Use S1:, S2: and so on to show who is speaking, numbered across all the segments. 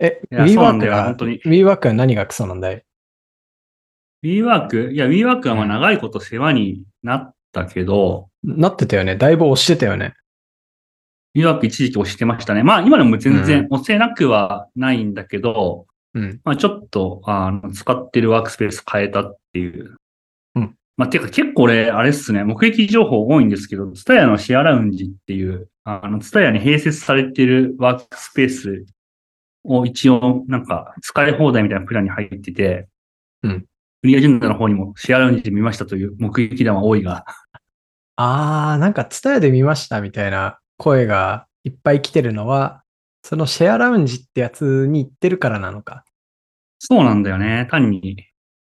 S1: え、
S2: いや
S1: WeWork
S2: そうなんだよ
S1: が
S2: 本当に
S1: WeWork は何がクソなんだい
S2: WeWork? いや、WeWork はまあ長いこと世話になったけど、
S1: なってたよね。だいぶ押してたよね。
S2: WeWork 一時期押してましたね。まあ今でも全
S1: う
S2: 然押せなくはないんだけど、
S1: うん。
S2: まあちょっと、あの、使ってるワークスペース変えたっていう。
S1: うん。
S2: まあてか結構俺、あれっすね、目撃情報多いんですけど、ツタヤのシェアラウンジっていう、あの、ツタヤに併設されてるワークスペースを一応、なんか、使い放題みたいなプランに入ってて、
S1: うん。
S2: クリアジェンダの方にもシェアラウンジで見ましたという目撃談は多いが、
S1: あー、なんかツタヤで見ましたみたいな声がいっぱい来てるのは、そのシェアラウンジってやつに行ってるからなのか。
S2: そうなんだよね。単に、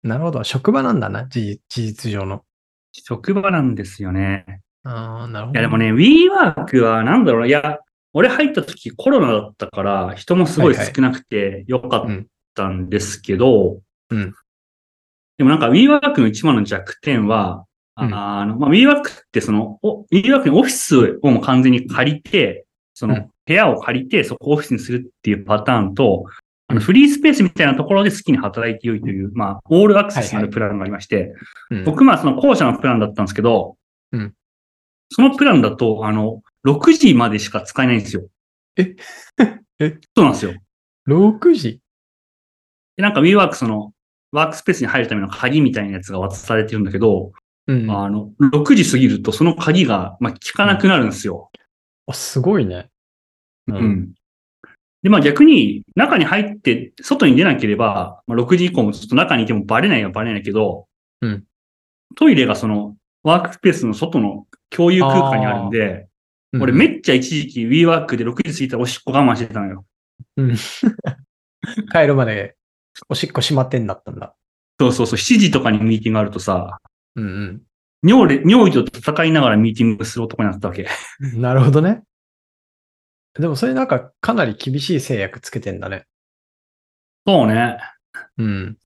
S1: なるほど。職場なんだな、事事実上の。
S2: 職場なんですよね。
S1: あー、なるほど。
S2: いやでもね、WeWork はなんだろうな。いや、俺入った時コロナだったから、人もすご
S1: は
S2: い
S1: いはい
S2: 少なくてよかったんですけど、
S1: うん
S2: でもなんか WeWork の一番の弱点は、
S1: うん
S2: あの、まあ、WeWork ってその、お WeWork にオフィスをもう完全に借りて、その、
S1: うん
S2: 部屋を借りて、そこをオフィスにするっていうパターンと、あ
S1: うん
S2: のフリースペースみたいなところで好きに働いてよいという、まあ、オールアクセスのあるプランがありまして、
S1: うん、
S2: 僕、まあ、その校舎のプランだったんですけど、
S1: うん
S2: そのプランだと、あの、6時までしか使えないんですよ。
S1: え え
S2: そうなんですよ。
S1: 6時
S2: で、なんか WeWork その、ワークスペースに入るための鍵みたいなやつが渡されてるんだけど、
S1: うん。あ
S2: あの、6時過ぎるとその鍵が、まあ、効かなくなるんですよ。
S1: すごいね。う
S2: う。ん。で、まあ逆に、中に入って、外に出なければ、まあ、6時以降もちょっと中にいてもバレないはバレないけど、
S1: うん
S2: トイレがその、ワークスペースの外の共有空間にあるんで、
S1: うん
S2: 俺めっちゃ一時期 WeWork で6時過ぎたらおしっこ我慢してたのよ。
S1: 帰るまでおしっこしまってんだったんだ。
S2: そうそうそう、7時とかにミーティングあるとさ、
S1: うん
S2: 尿で、尿意と戦いながらミーティングする男になってたわけ。
S1: うん。なるほどね。でもそれなんかかなり厳しい制約つけてんだね。
S2: そうね。
S1: うん。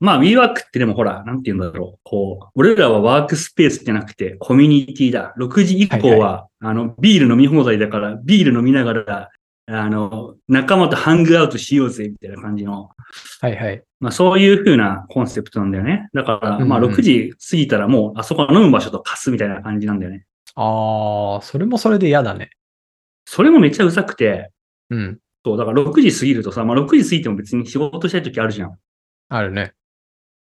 S2: まあ WeWork ってでもほら、なんて言うんだろう。こう、俺らはワークスペースじゃなくてコミュニティだ。6時以降は、あの、ビール飲み放題だから、ビール飲みながら、あの、仲間とハングアウトしようぜ、みたいな感じの。
S1: はいはい。
S2: まあそういう風なコンセプトなんだよね。だから、まあ
S1: うんうん
S2: 6時過ぎたらもう、あそこは飲む場所と貸すみたいな感じなんだよね。
S1: ああ、それもそれで嫌だね。
S2: それもめっちゃうざくて、
S1: うん。
S2: そう、だから6時過ぎるとさ、まあ6時過ぎても別に仕事したい時あるじゃん。
S1: あるね。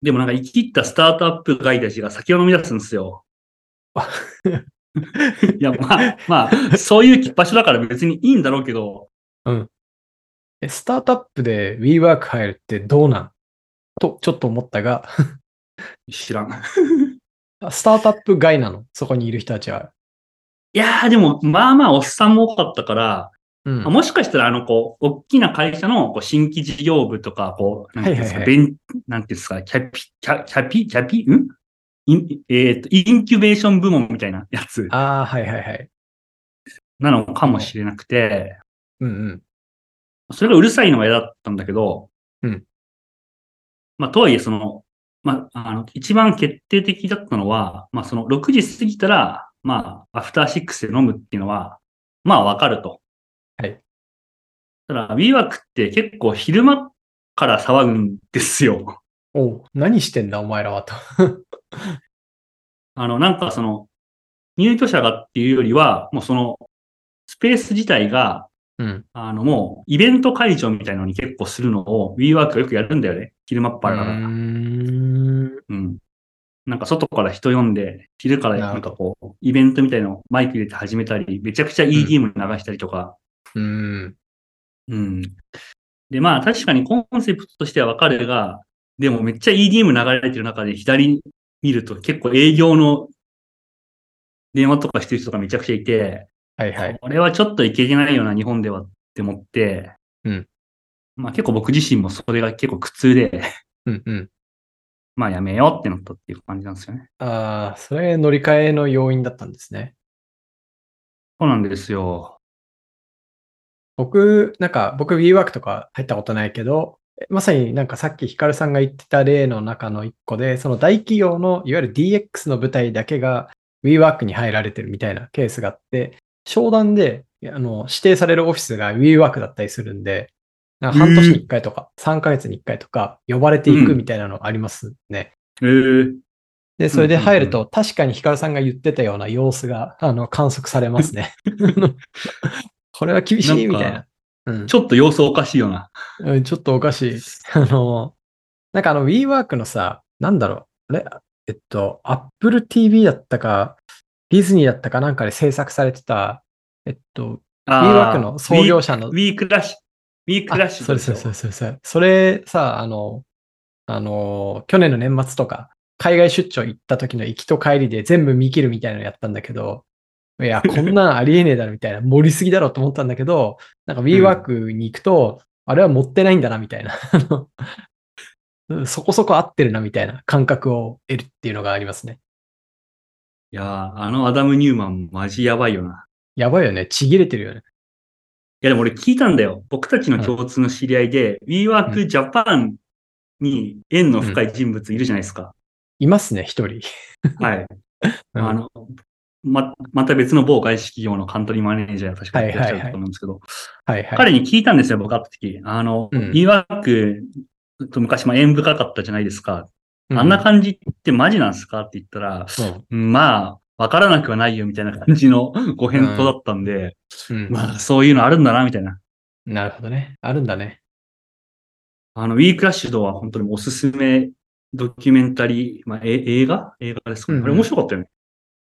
S2: でもなんか生き切ったスタートアップガイたちが酒を飲み出すんで すよ。いや、まあ、まあ、そういう場所だから別にいいんだろうけど、
S1: えスタートアップで WeWork 入るってどうなんと、ちょっと思ったが、
S2: 知らん。
S1: あスタートアップ外なのそこにいる人たちは。
S2: いやー、でも、まあまあ、おっさんも多かったから、
S1: うん
S2: もしかしたら、あの、こう、大きな会社のこう新規事業部とか、こう、なんていうんですか、
S1: はいは
S2: ベン、なんていうんですか、キャピ、キャキャピ、キャピ、んインえっ、と、インキュベーション部門みたいなやつ
S1: ああ、はいはいはい。
S2: なのかもしれなくて、
S1: うんうん。
S2: それがうるさいのが嫌だったんだけど、
S1: うん。
S2: まあ、とはいえ、その、まあ、あの、一番決定的だったのは、まあ、その、6時過ぎたら、まあ、アフターシックスで飲むっていうのは、まあ、わかると。
S1: はい。
S2: ただ、WeWork って結構昼間から騒ぐんですよ。
S1: おう何してんだお前らはと。
S2: あの、なんかその、入居者がっていうよりは、もうその、スペース自体が、
S1: うん。
S2: あの、もう、イベント会場みたいのに結構するのを WeWork がよくやるんだよね。昼間っぱらから。
S1: ん。
S2: うん。なんか外から人呼んで、昼から
S1: な
S2: な
S1: る
S2: んかこう、イベントみたいのをマイク入れて始めたり、めちゃくちゃ EDM 流したりとか。
S1: うん。
S2: うん。で、まあ確かにコンセプトとしてはわかるが、でもめっちゃ EDM 流れてる中で左見ると結構営業の電話とかしてる人がめちゃくちゃいて、
S1: はいはい。
S2: これはちょっといけないよな、日本ではって思って、
S1: うん。
S2: まあ結構僕自身もそれが結構苦痛で、
S1: うんうん。
S2: まあやめようってなったっていう感じなんですよね。
S1: ああ、それ乗り換えの要因だったんですね。
S2: そうなんですよ。
S1: 僕、なんか、僕 WeWork とか入ったことないけど、えまさになんかさっきヒカルさんが言ってた例の中の一個で、その大企業のいわゆる DX の舞台だけが WeWork に入られてるみたいなケースがあって、商談でいやあの指定されるオフィスが WeWork だったりするんで、なんか半年に1回とか、3ヶ月に1回とか、呼ばれていくみたいなのありますね。
S2: えー、
S1: で、それで入ると、確かにヒカルさんが言ってたような様子が、あの、観測されますね。これは厳しいみたい
S2: なん
S1: な。うん、
S2: ちょっと様子おかしいよな。
S1: うんちょっとおかしい。 あの、なんかあの WeWork のさ、なんだろう、あれ、えっと、Apple TV だったか、ディズニーだったかなんかで制作されてた、えっと、WeWork の創業
S2: 者
S1: 者の
S2: ウ。ィークラッシュ。ウィークラッシュ。
S1: あそうです、そうです、そうですそうです。それさ、あの、あの、去年の年末とか、海外出張行った時の行きと帰りで全部見切るみたいなのやったんだけど、いや、こんなんありえねえだろみたいな、盛りすぎだろと思ったんだけど、なんか WeWork に行くと、あれは持ってないんだなみたいな、あのうんそこそこ合ってるなみたいな感覚を得るっていうのがありますね。
S2: いやーあのアダム・ニューマンマジやばいよな。
S1: やばいよね。ちぎれてるよね。
S2: いやでも俺聞いたんだよ。僕たちの共通の知り合いで、WeWork Japan に縁の深い人物いるじゃないですか。
S1: いますね、一人。
S2: はい。
S1: うん
S2: あの、ま、また別の某外資企業のカントリーマネージャーが確かにいらっしゃると思うんですけど、
S1: はいはい。
S2: 彼に聞いたんですよ、僕会った時。あの、
S1: うん
S2: WeWork と昔も縁深かったじゃないですか。
S1: う
S2: あんな感じってマジなんですかって言ったら、
S1: うん
S2: まあ、わからなくはないよみたいな感じのご返答だったんで、
S1: うん
S2: まあ、そういうのあるんだな、みたいな。
S1: なるほどね。あるんだね。
S2: あの、ウィークラッシュドは本当におすすめドキュメンタリー、まあ、え映画映画ですかね。
S1: うん
S2: あれ面白かったよね。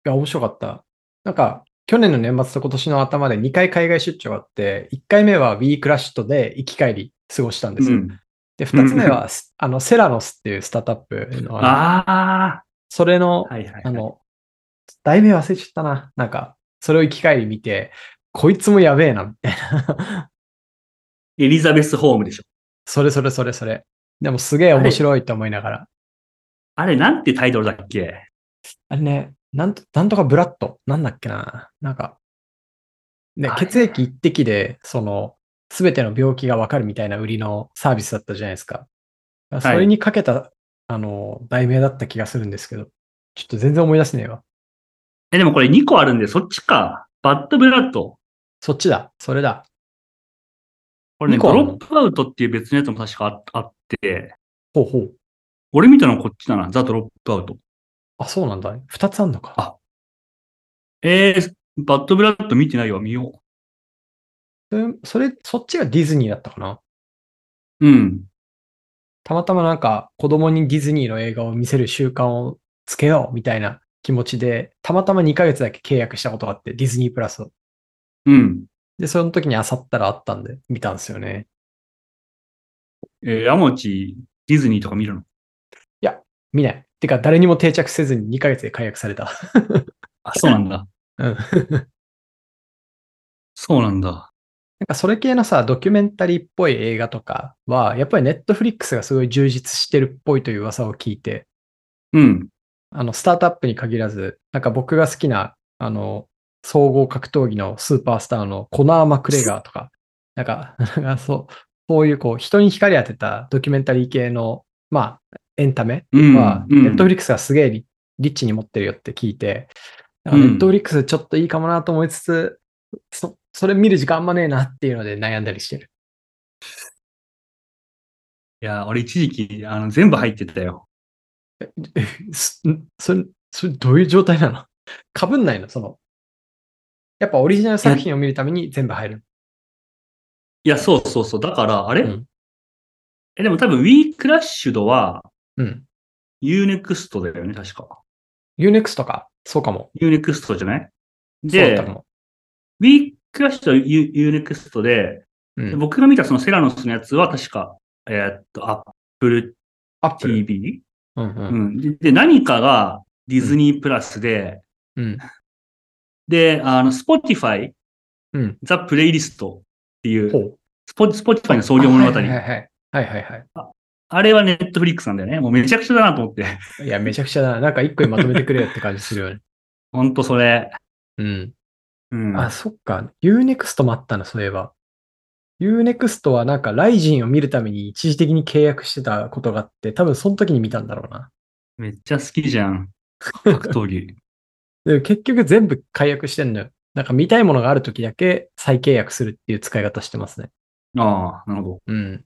S1: いや、面白かった。なんか、去年の年末と今年の頭で2回海外出張があって、1回目はウィークラッシュとで行き帰り過ごしたんで
S2: う
S1: すよ。
S2: ん。
S1: で、2つ目は、すあの、セラノスっていうスタートアップの、あの
S2: あ
S1: それの
S2: あ、、はいはいはい。
S1: あの、題名忘れちゃったな。なんか、それを行き帰り見て、こいつもやべえな、みたいな。
S2: エリザベスホームでしょ。
S1: それそれそれそれ。でもすげえ面白いと思いながら。
S2: あれ、なんてタイトルだっけ
S1: あれね、なんと、なんとかブラッド、なんだっけな、なんか、ね
S2: あ、れ
S1: 血液一滴で、その、すべての病気がわかるみたいな売りのサービスだったじゃないですか。それにかけた、あの、題名だった気がするんですけど、ちょっと全然思い出せねえわ。
S2: え、でもこれ2個あるんで、そっちか。バッドブラッド。
S1: そっちだ、それだ。
S2: これね、
S1: 二個
S2: ド
S1: ある
S2: ロ
S1: の
S2: ップアウトっていう別のやつも確かああって、
S1: ほうほう。
S2: 俺見たのこっちだな、ザ・ドロップアウト。
S1: あ、そうなんだ。二つあんのか。
S2: あえー、バッドブラッド見てないわ、見よ
S1: うんそれ、そっちがディズニーだったかな。
S2: う。うん。
S1: たまたまなんか子供にディズニーの映画を見せる習慣をつけようみたいな気持ちで、たまたま2ヶ月だけ契約したことがあって、ディズニープラスを。
S2: うん。
S1: で、その時にあさったらあったんで、見たんですよね。
S2: えー、山内、ディズニーとか見るの
S1: 見ない。てか、誰にも定着せずに2ヶ月で解約された。
S2: あ、そうなんだ。
S1: うん。なん
S2: そうなんだ。
S1: かそれ系のさ、ドキュメンタリーっぽい映画とかは、やっぱりネットフリックスがすごい充実してるっぽいという噂を聞いて、
S2: うん。
S1: あの、スタートアップに限らず、なんか僕が好きな、あの、総合格闘技のスーパースターのコナー・マクレガーとか、なんか、なんかそう、そういうこう、人に光当てたドキュメンタリー系の、まあ、エンタメ
S2: うん。
S1: は、
S2: うん
S1: ネットフリックスがすげえリリッチに持ってるよって聞いて、ネ
S2: うん
S1: ットフリックスちょっといいかもなと思いつつ、そそれ見る時間あんまねえなっていうので悩んだりしてる。
S2: いや、俺一時期、あの、全部入ってたよ。
S1: すんそれ、それどういう状態なの かぶんないのその。やっぱオリジナル作品を見るために全部入る。
S2: いや、そうそうそう。だから、あれ、
S1: うん
S2: え、でも多分、ウィークラッシュドは、
S1: うん。
S2: UNEXT だよね、確か。
S1: Unext とか、そうかも。
S2: UNEXT じゃない
S1: そうだっ
S2: で
S1: た、かも。
S2: ウィークラッシュドは UNEXT で、
S1: うん、
S2: 僕が見たそのセラノスのやつは確か、えーっと、Apple
S1: アップル。
S2: TV?
S1: うん
S2: う
S1: うん
S2: ん。で、で何かがディズニープラスで、
S1: うん。
S2: で、あの、Spotify、
S1: うん。
S2: ザ・プレイリストってい
S1: ほ
S2: う、
S1: う。
S2: スポ Spotify の創業物語。
S1: はいはいはい。はいはいは
S2: あれはネットフリックスなんだよね。もうめちゃくちゃだなと思って。
S1: い。いや、めちゃくちゃだな。なんか一個にまとめてくれよって感じするよね。
S2: ほんとそれ。
S1: うん。
S2: うん。
S1: あ、そっか。Unext もあったな、そういえば。Unext はなんか、ライジンを見るために一時的に契約してたことがあって、多分その時に見たんだろうな。
S2: めっちゃ好きじゃん。格闘技。
S1: で結局全部解約してんのよ。なんか見たいものがある時だけ再契約するっていう使い方してますね。
S2: ああ、なるほど。
S1: うん。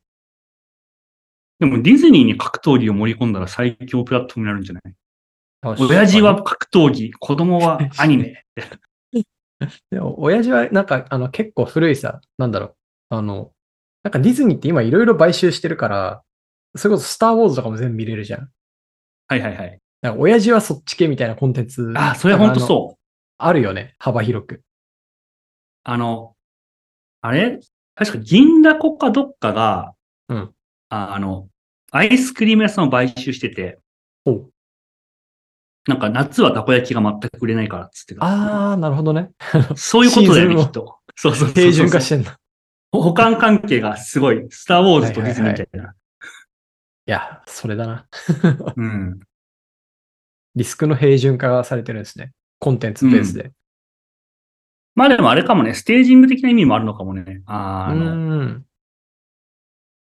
S2: でもディズニーに格闘技を盛り込んだら最強プラットフォームになるんじゃない親父は格闘技、子供 はアニメ。
S1: でも、親父は、なんか、あの、結構古いさ、なんだろう。あの、なんかディズニーって今いろいろ買収してるから、それこそスターウォーズとかも全部見れるじゃん。
S2: はいはいはい。
S1: なんか、親父はそっち系みたいなコンテンツ。
S2: ああ、それほん
S1: う。
S2: とそう。
S1: あるよね。幅広く。
S2: あの、あれ確か銀だこかどっかが、
S1: うん
S2: ああの、アイスクリーム屋さんを買収してて、
S1: ほう
S2: なんか夏はたこ焼きが全く売れないからっつってた
S1: あー、なるほどね。
S2: そういうことだよ
S1: シーズ
S2: ね、
S1: ン
S2: き
S1: を
S2: っと。そうそうそうそう
S1: 平準化してんだ。
S2: 保管関係がすごい。スター・ウォーズとディズニーみたいな。
S1: いや、それだな。
S2: うん。
S1: リスクの平準化がされてるんですね。コンテンツベースで。
S2: まあでもあれかもね、ステージング的な意味もあるのかもね。あー
S1: う
S2: あの、
S1: ん。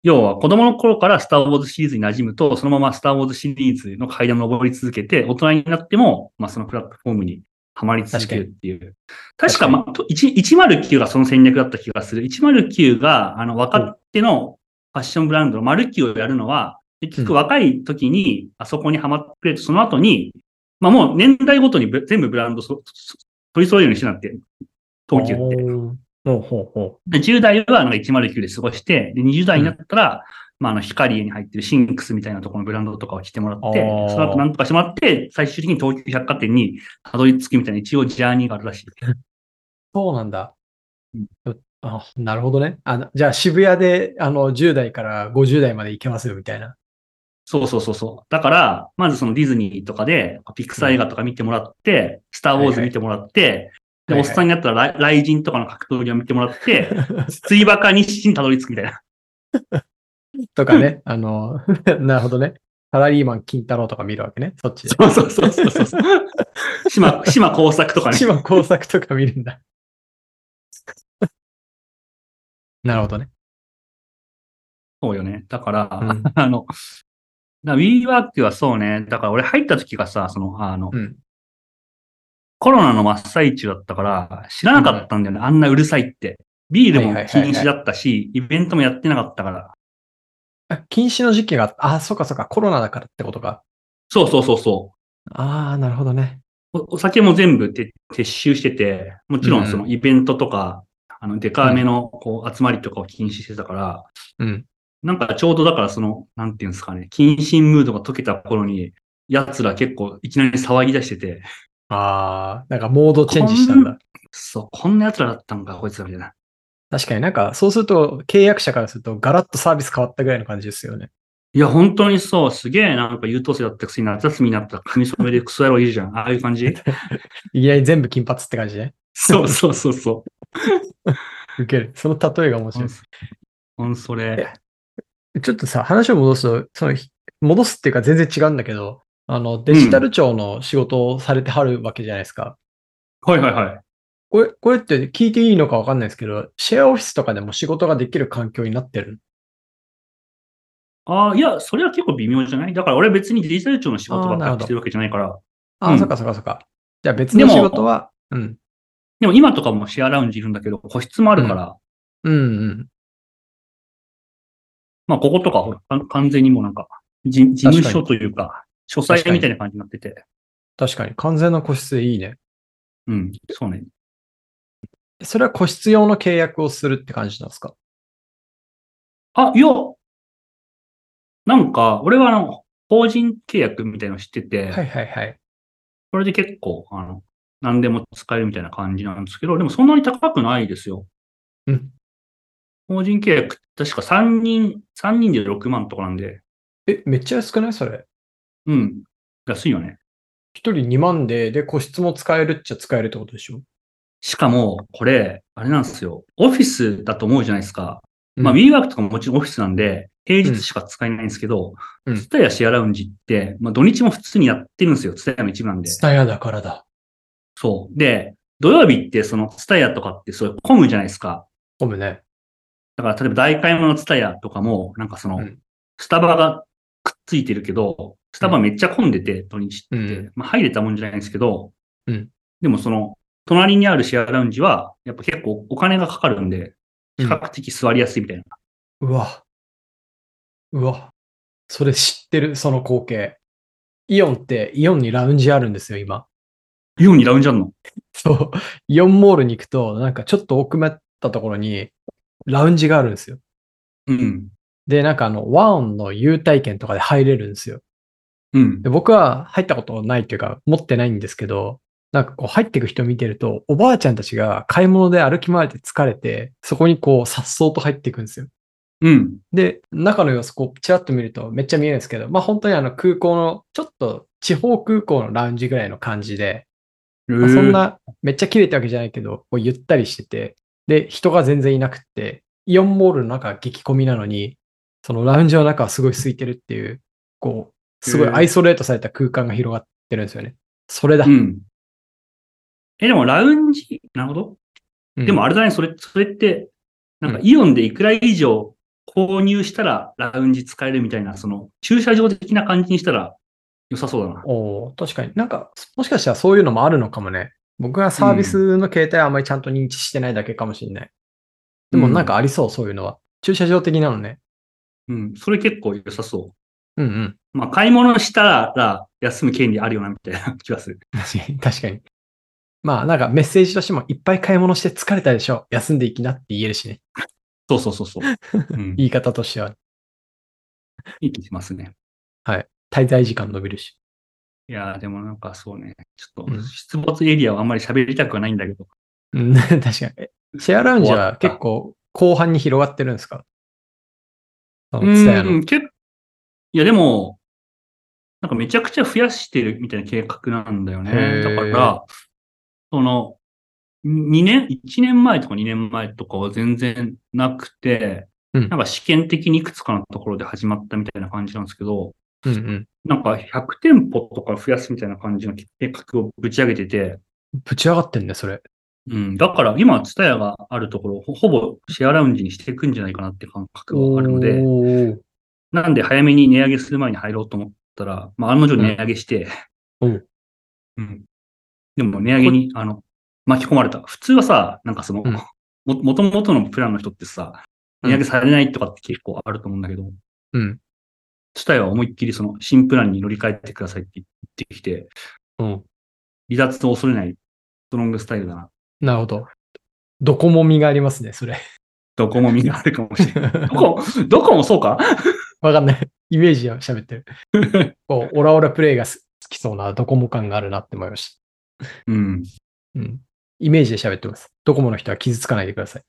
S2: 要は子供の頃からスター・ウォーズシリーズに馴染むと、そのままスター・ウォーズシリーズの階段を登り続けて、大人になっても、まあそのプラットフォームにはまり続けるっていう。
S1: 確
S2: 確か、
S1: かに
S2: まあ、と1 109がその戦略だった気がする。109が、あの、若手のファッションブランドのマルキューをやるのは、結局若い時にあそこにはまってくれて、その後に、まあもう年代ごとにぶ全部ブランドそそ取り揃えるようにしてなって、東急って。
S1: ほうほうほ
S2: で10代はなんか109で過ごして、で20代になったら、まあ、あの、ヒカリエに入ってるシンクスみたいなところのブランドとかを着てもらって
S1: あー、
S2: その後なんとかしてもらって、最終的に東急百貨店にたどり着くみたいな一応ジャーニーがあるらしい。
S1: そうなんだ
S2: うん。
S1: あなるほどねあの。じゃあ渋谷であの10代から50代まで行けますよみたいな。
S2: そうそうそうそう。だから、まずそのディズニーとかで、ピクサー映画とか見てもらって、スターウォーズ見てもらって、で、
S1: はい
S2: お
S1: は
S2: っ
S1: い
S2: さんになったらライ雷神とかの格闘技を見てもらって、釣りバカ日誌にたどり着くみたいな。
S1: とかね。 あの、なるほどね。サラリーマン金太郎とか見るわけね。そっちで。
S2: そうそうそうそうそう。 島、島工作とかね。
S1: 島工作とか見るんだ。 なるほどね。
S2: そうよね。だから、
S1: うん
S2: あの、だ WeWork はそうね。だから俺入った時がさ、その、あの、
S1: うん。
S2: コロナの真っ最中だったから、知らなかったんだよね。あんなうるさいって。ビールも
S1: はいはいはい
S2: 禁
S1: はい
S2: 止だったし、イベントもやってなかったから。
S1: あ禁止の時期があった、あ、そうかそうか、コロナだからってことか。
S2: そうそうそうそ
S1: ああ、なるほどね。
S2: う。おお酒も全部て撤収してて、もちろんそのイベントとか、あの、デカめのこう集まりとかを禁止してたから、
S1: うん。
S2: なんかちょうどだからその、なんていうんですかね、謹慎ムードが解けた頃に、奴ら結構いきなり騒ぎ出してて、
S1: ああ、なんかモードチェンジしたんだ。
S2: そう、こんな奴らだったんか、こいつらみたいな。
S1: 確かになんか、そうすると、契約者からすると、ガラッとサービス変わったぐらいの感じですよね。
S2: いや、本当にそう、すげえなんか優等生だったくせに夏休みになったら髪染めでクソ野郎いるじゃん。ああいう感じ
S1: いきなり全部金髪って感じね。
S2: そうそうそうそ
S1: 受ける。その例えが面白い。
S2: う。ほんそれ。
S1: ちょっとさ、話を戻すと、その、戻すっていうか全然違うんだけど、あの、デジタル庁の仕事をされてはるわけじゃないですか。
S2: はいはいはい。
S1: これ、これって聞いていいのかわかんないですけど、シェアオフィスとかでも仕事ができる環境になってる。
S2: ああ、いや、それは結構微妙じゃないだから俺別にデジタル庁の仕事ばっか
S1: あーなる
S2: り
S1: ほど
S2: してるわけじゃないから。
S1: ああ、
S2: うん
S1: そっかそっかそっか。じゃあ別の
S2: でも
S1: 仕事は、うん。
S2: でも今とかもシェアラウンジいるんだけど、個室もあるから、
S1: うんうん。
S2: まあこことかほらかん完全にもうなんか、事事務所
S1: 確
S2: というか、書斎みたいな感じになってて。
S1: 確かに。完全な個室でいいね。
S2: うん、そうね。
S1: それは個室用の契約をするって感じなんですか
S2: あ、いや、なんか、俺はあの、法人契約みたいなの知ってて、
S1: はいはいはい。
S2: それで結構、あの、何でも使えるみたいな感じなんですけど、でもそんなに高くないですよ。
S1: うん。
S2: 法人契約、確か3人、3人で6万とかなんで、
S1: え、めっちゃ安くないそれ。
S2: うん。安いよね。
S1: 一人2万で、で、個室も使えるっちゃ使えるってことでしょ
S2: しかも、これ、あれなんですよ。オフィスだと思うじゃないですか。まあ、
S1: うん
S2: WeWork とかももちろんオフィスなんで、平日しか使えないんですけど、
S1: うん
S2: t タヤシェアラウンジって、まあ、土日も普通にやってるんですよ。ツタヤの一部なんで。
S1: ツタヤだからだ。
S2: そう。で、土曜日ってそのツタヤとかってそういう混むじゃないですか。
S1: ごめんね。
S2: だから例えば大買い物のツタヤとかも、なんかその、
S1: うん
S2: スタバがくっついてるけど、スタバめっちゃ混んでて、土日って。
S1: うん
S2: まあ入れたもんじゃないんですけど、
S1: うん
S2: でもその、隣にあるシェアラウンジは、やっぱ結構お金がかかるんで、比較的座りやすいみたいな。
S1: うわ。うわ。それ知ってる、その光景。イオンって、イオンにラウンジあるんですよ、今。
S2: イオンにラウンジあんの
S1: そう。イオンモールに行くと、なんかちょっと奥まったところに、ラウンジがあるんですよ。
S2: うん。
S1: で、なんかあの、和音の優待券とかで入れるんですよ。
S2: うん
S1: で。僕は入ったことないというか、持ってないんですけど、なんかこう入っていく人見てると、おばあちゃんたちが買い物で歩き回って疲れて、そこにこう、颯爽と入っていくんですよ。
S2: うん。
S1: で、中の様子こう、ちらっと見るとめっちゃ見えるんですけど、まあ本当にあの空港の、ちょっと地方空港のラウンジぐらいの感じで、まあそんな、めっちゃ綺麗ってわけじゃないけど、こうゆったりしてて、で、人が全然いなくって、イオンモールの中は激混みなのに、そのラウンジの中はすごい空いてるっていう、こう、すごい
S2: へー
S1: アイソレートされた空間が広がってるんですよね。それだ。
S2: うん。え、でもラウンジ、なるほど。でも
S1: あ
S2: あれだね、それ、それって、なんか
S1: うん
S2: イオンでいくら以上購入したらラウンジ使えるみたいな、その駐車場的な感じにしたら良さそうだな。
S1: おー確かになんか、もしかしたらそういうのもあるのかもね。僕がサービスの形態はあんまりちゃんと認知してないだけかもしれない。でもなんかありそう、そういうのは。駐車場的なのね。
S2: うん、それ結構良さそ
S1: うんうん。
S2: う。まあ、買い物したら休む権利あるよな、みたいな気がする。
S1: 確かに。 確かに。まあなんかメッセージとしてもいっぱい買い物して疲れたでしょ。休んでいきなって言えるしね。
S2: そうそうそうそう。 うん、
S1: 言い方としては。
S2: いい気しますね。
S1: 滞在時間伸びるし。
S2: いやーでもなんかそうね、ちょっ
S1: うん
S2: と出没エリアはあんまり喋りたくはないんだけど、
S1: うん、確かに。えシェアラウンジは結構後半に広がってるんですかあの、蔦屋
S2: う
S1: の。
S2: ん、けいや、でも、なんかめちゃくちゃ増やしてるみたいな計画なんだよ
S1: へ
S2: ね。だ
S1: ー
S2: から、その、2年、1年前とか2年前とかは全然なくて、
S1: うん
S2: なんか試験的にいくつかのところで始まったみたいな感じなんですけど、
S1: うんうん。
S2: なんか100店舗とか増やすみたいな感じの計画をぶち上げてて、
S1: ぶち上がってんね、それ。
S2: うん、だから今、ツタヤがあるところ、ほほぼシェアラウンジにしていくんじゃないかなって感覚はあるので、
S1: おー
S2: なんで早めに値上げする前に入ろうと思ったら、まあ、案の定値上げして、
S1: うん。
S2: うん。でも値上げに、あの、巻き込まれた。普通はさ、なんかその、
S1: うん
S2: も、もともとのプランの人ってさ、
S1: うん
S2: 値上げされないとかって結構あると思うんだけど、
S1: うん。
S2: ツタヤは思いっきりその新プランに乗り換えてくださいって言ってきて、
S1: うん。
S2: 離脱を恐れないストロングスタイルだな。
S1: なるほど。どこも身がありますね、それ。
S2: どこもみんなあるかもしれない。どこ、どこもそうか
S1: わかんない。イメージを喋ってる。 こう、オラオラプレイがす好きそうなドコモ感があるなって思いまし
S2: うん。
S1: た。うん。イメージで喋ってます。ドコモの人は傷つかないでください。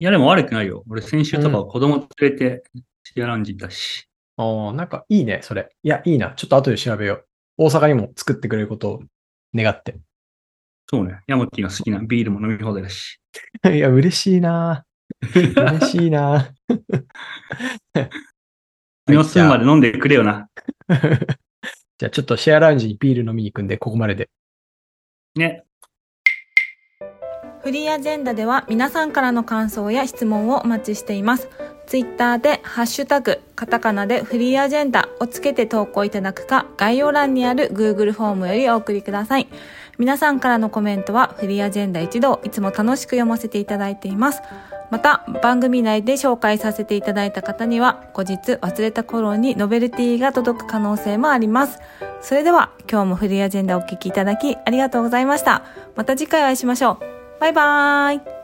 S2: いや、でも悪くないよ。俺、先週とかは子供連れて、シェアラウンジ行ったし。
S1: ああ、なんかいいね、それ。いや、いいな。ちょっと後で調べよう。大阪にも作ってくれることを願って。
S2: そうね。ヤモティが好きなビールも飲み放題だし。
S1: いや、嬉しいな。嬉しいな。
S2: 身を済むまで飲んでくれよな。
S1: じゃあ、 ちょっとシェアラウンジにビール飲みに行くんで、ここまでで。
S2: ね。
S3: フリーアジェンダでは皆さんからの感想や質問をお待ちしています。ツイッターでハッシュタグ、カタカナでフリーアジェンダをつけて投稿いただくか、概要欄にある Google フォームよりお送りください。皆さんからのコメントはフリーアジェンダ一同、いつも楽しく読ませていただいています。また、番組内で紹介させていただいた方には、後日忘れた頃にノベルティが届く可能性もあります。それでは、今日もフリーアジェンダをお聞きいただき、ありがとうございました。また次回お会いしましょう。バイバーイ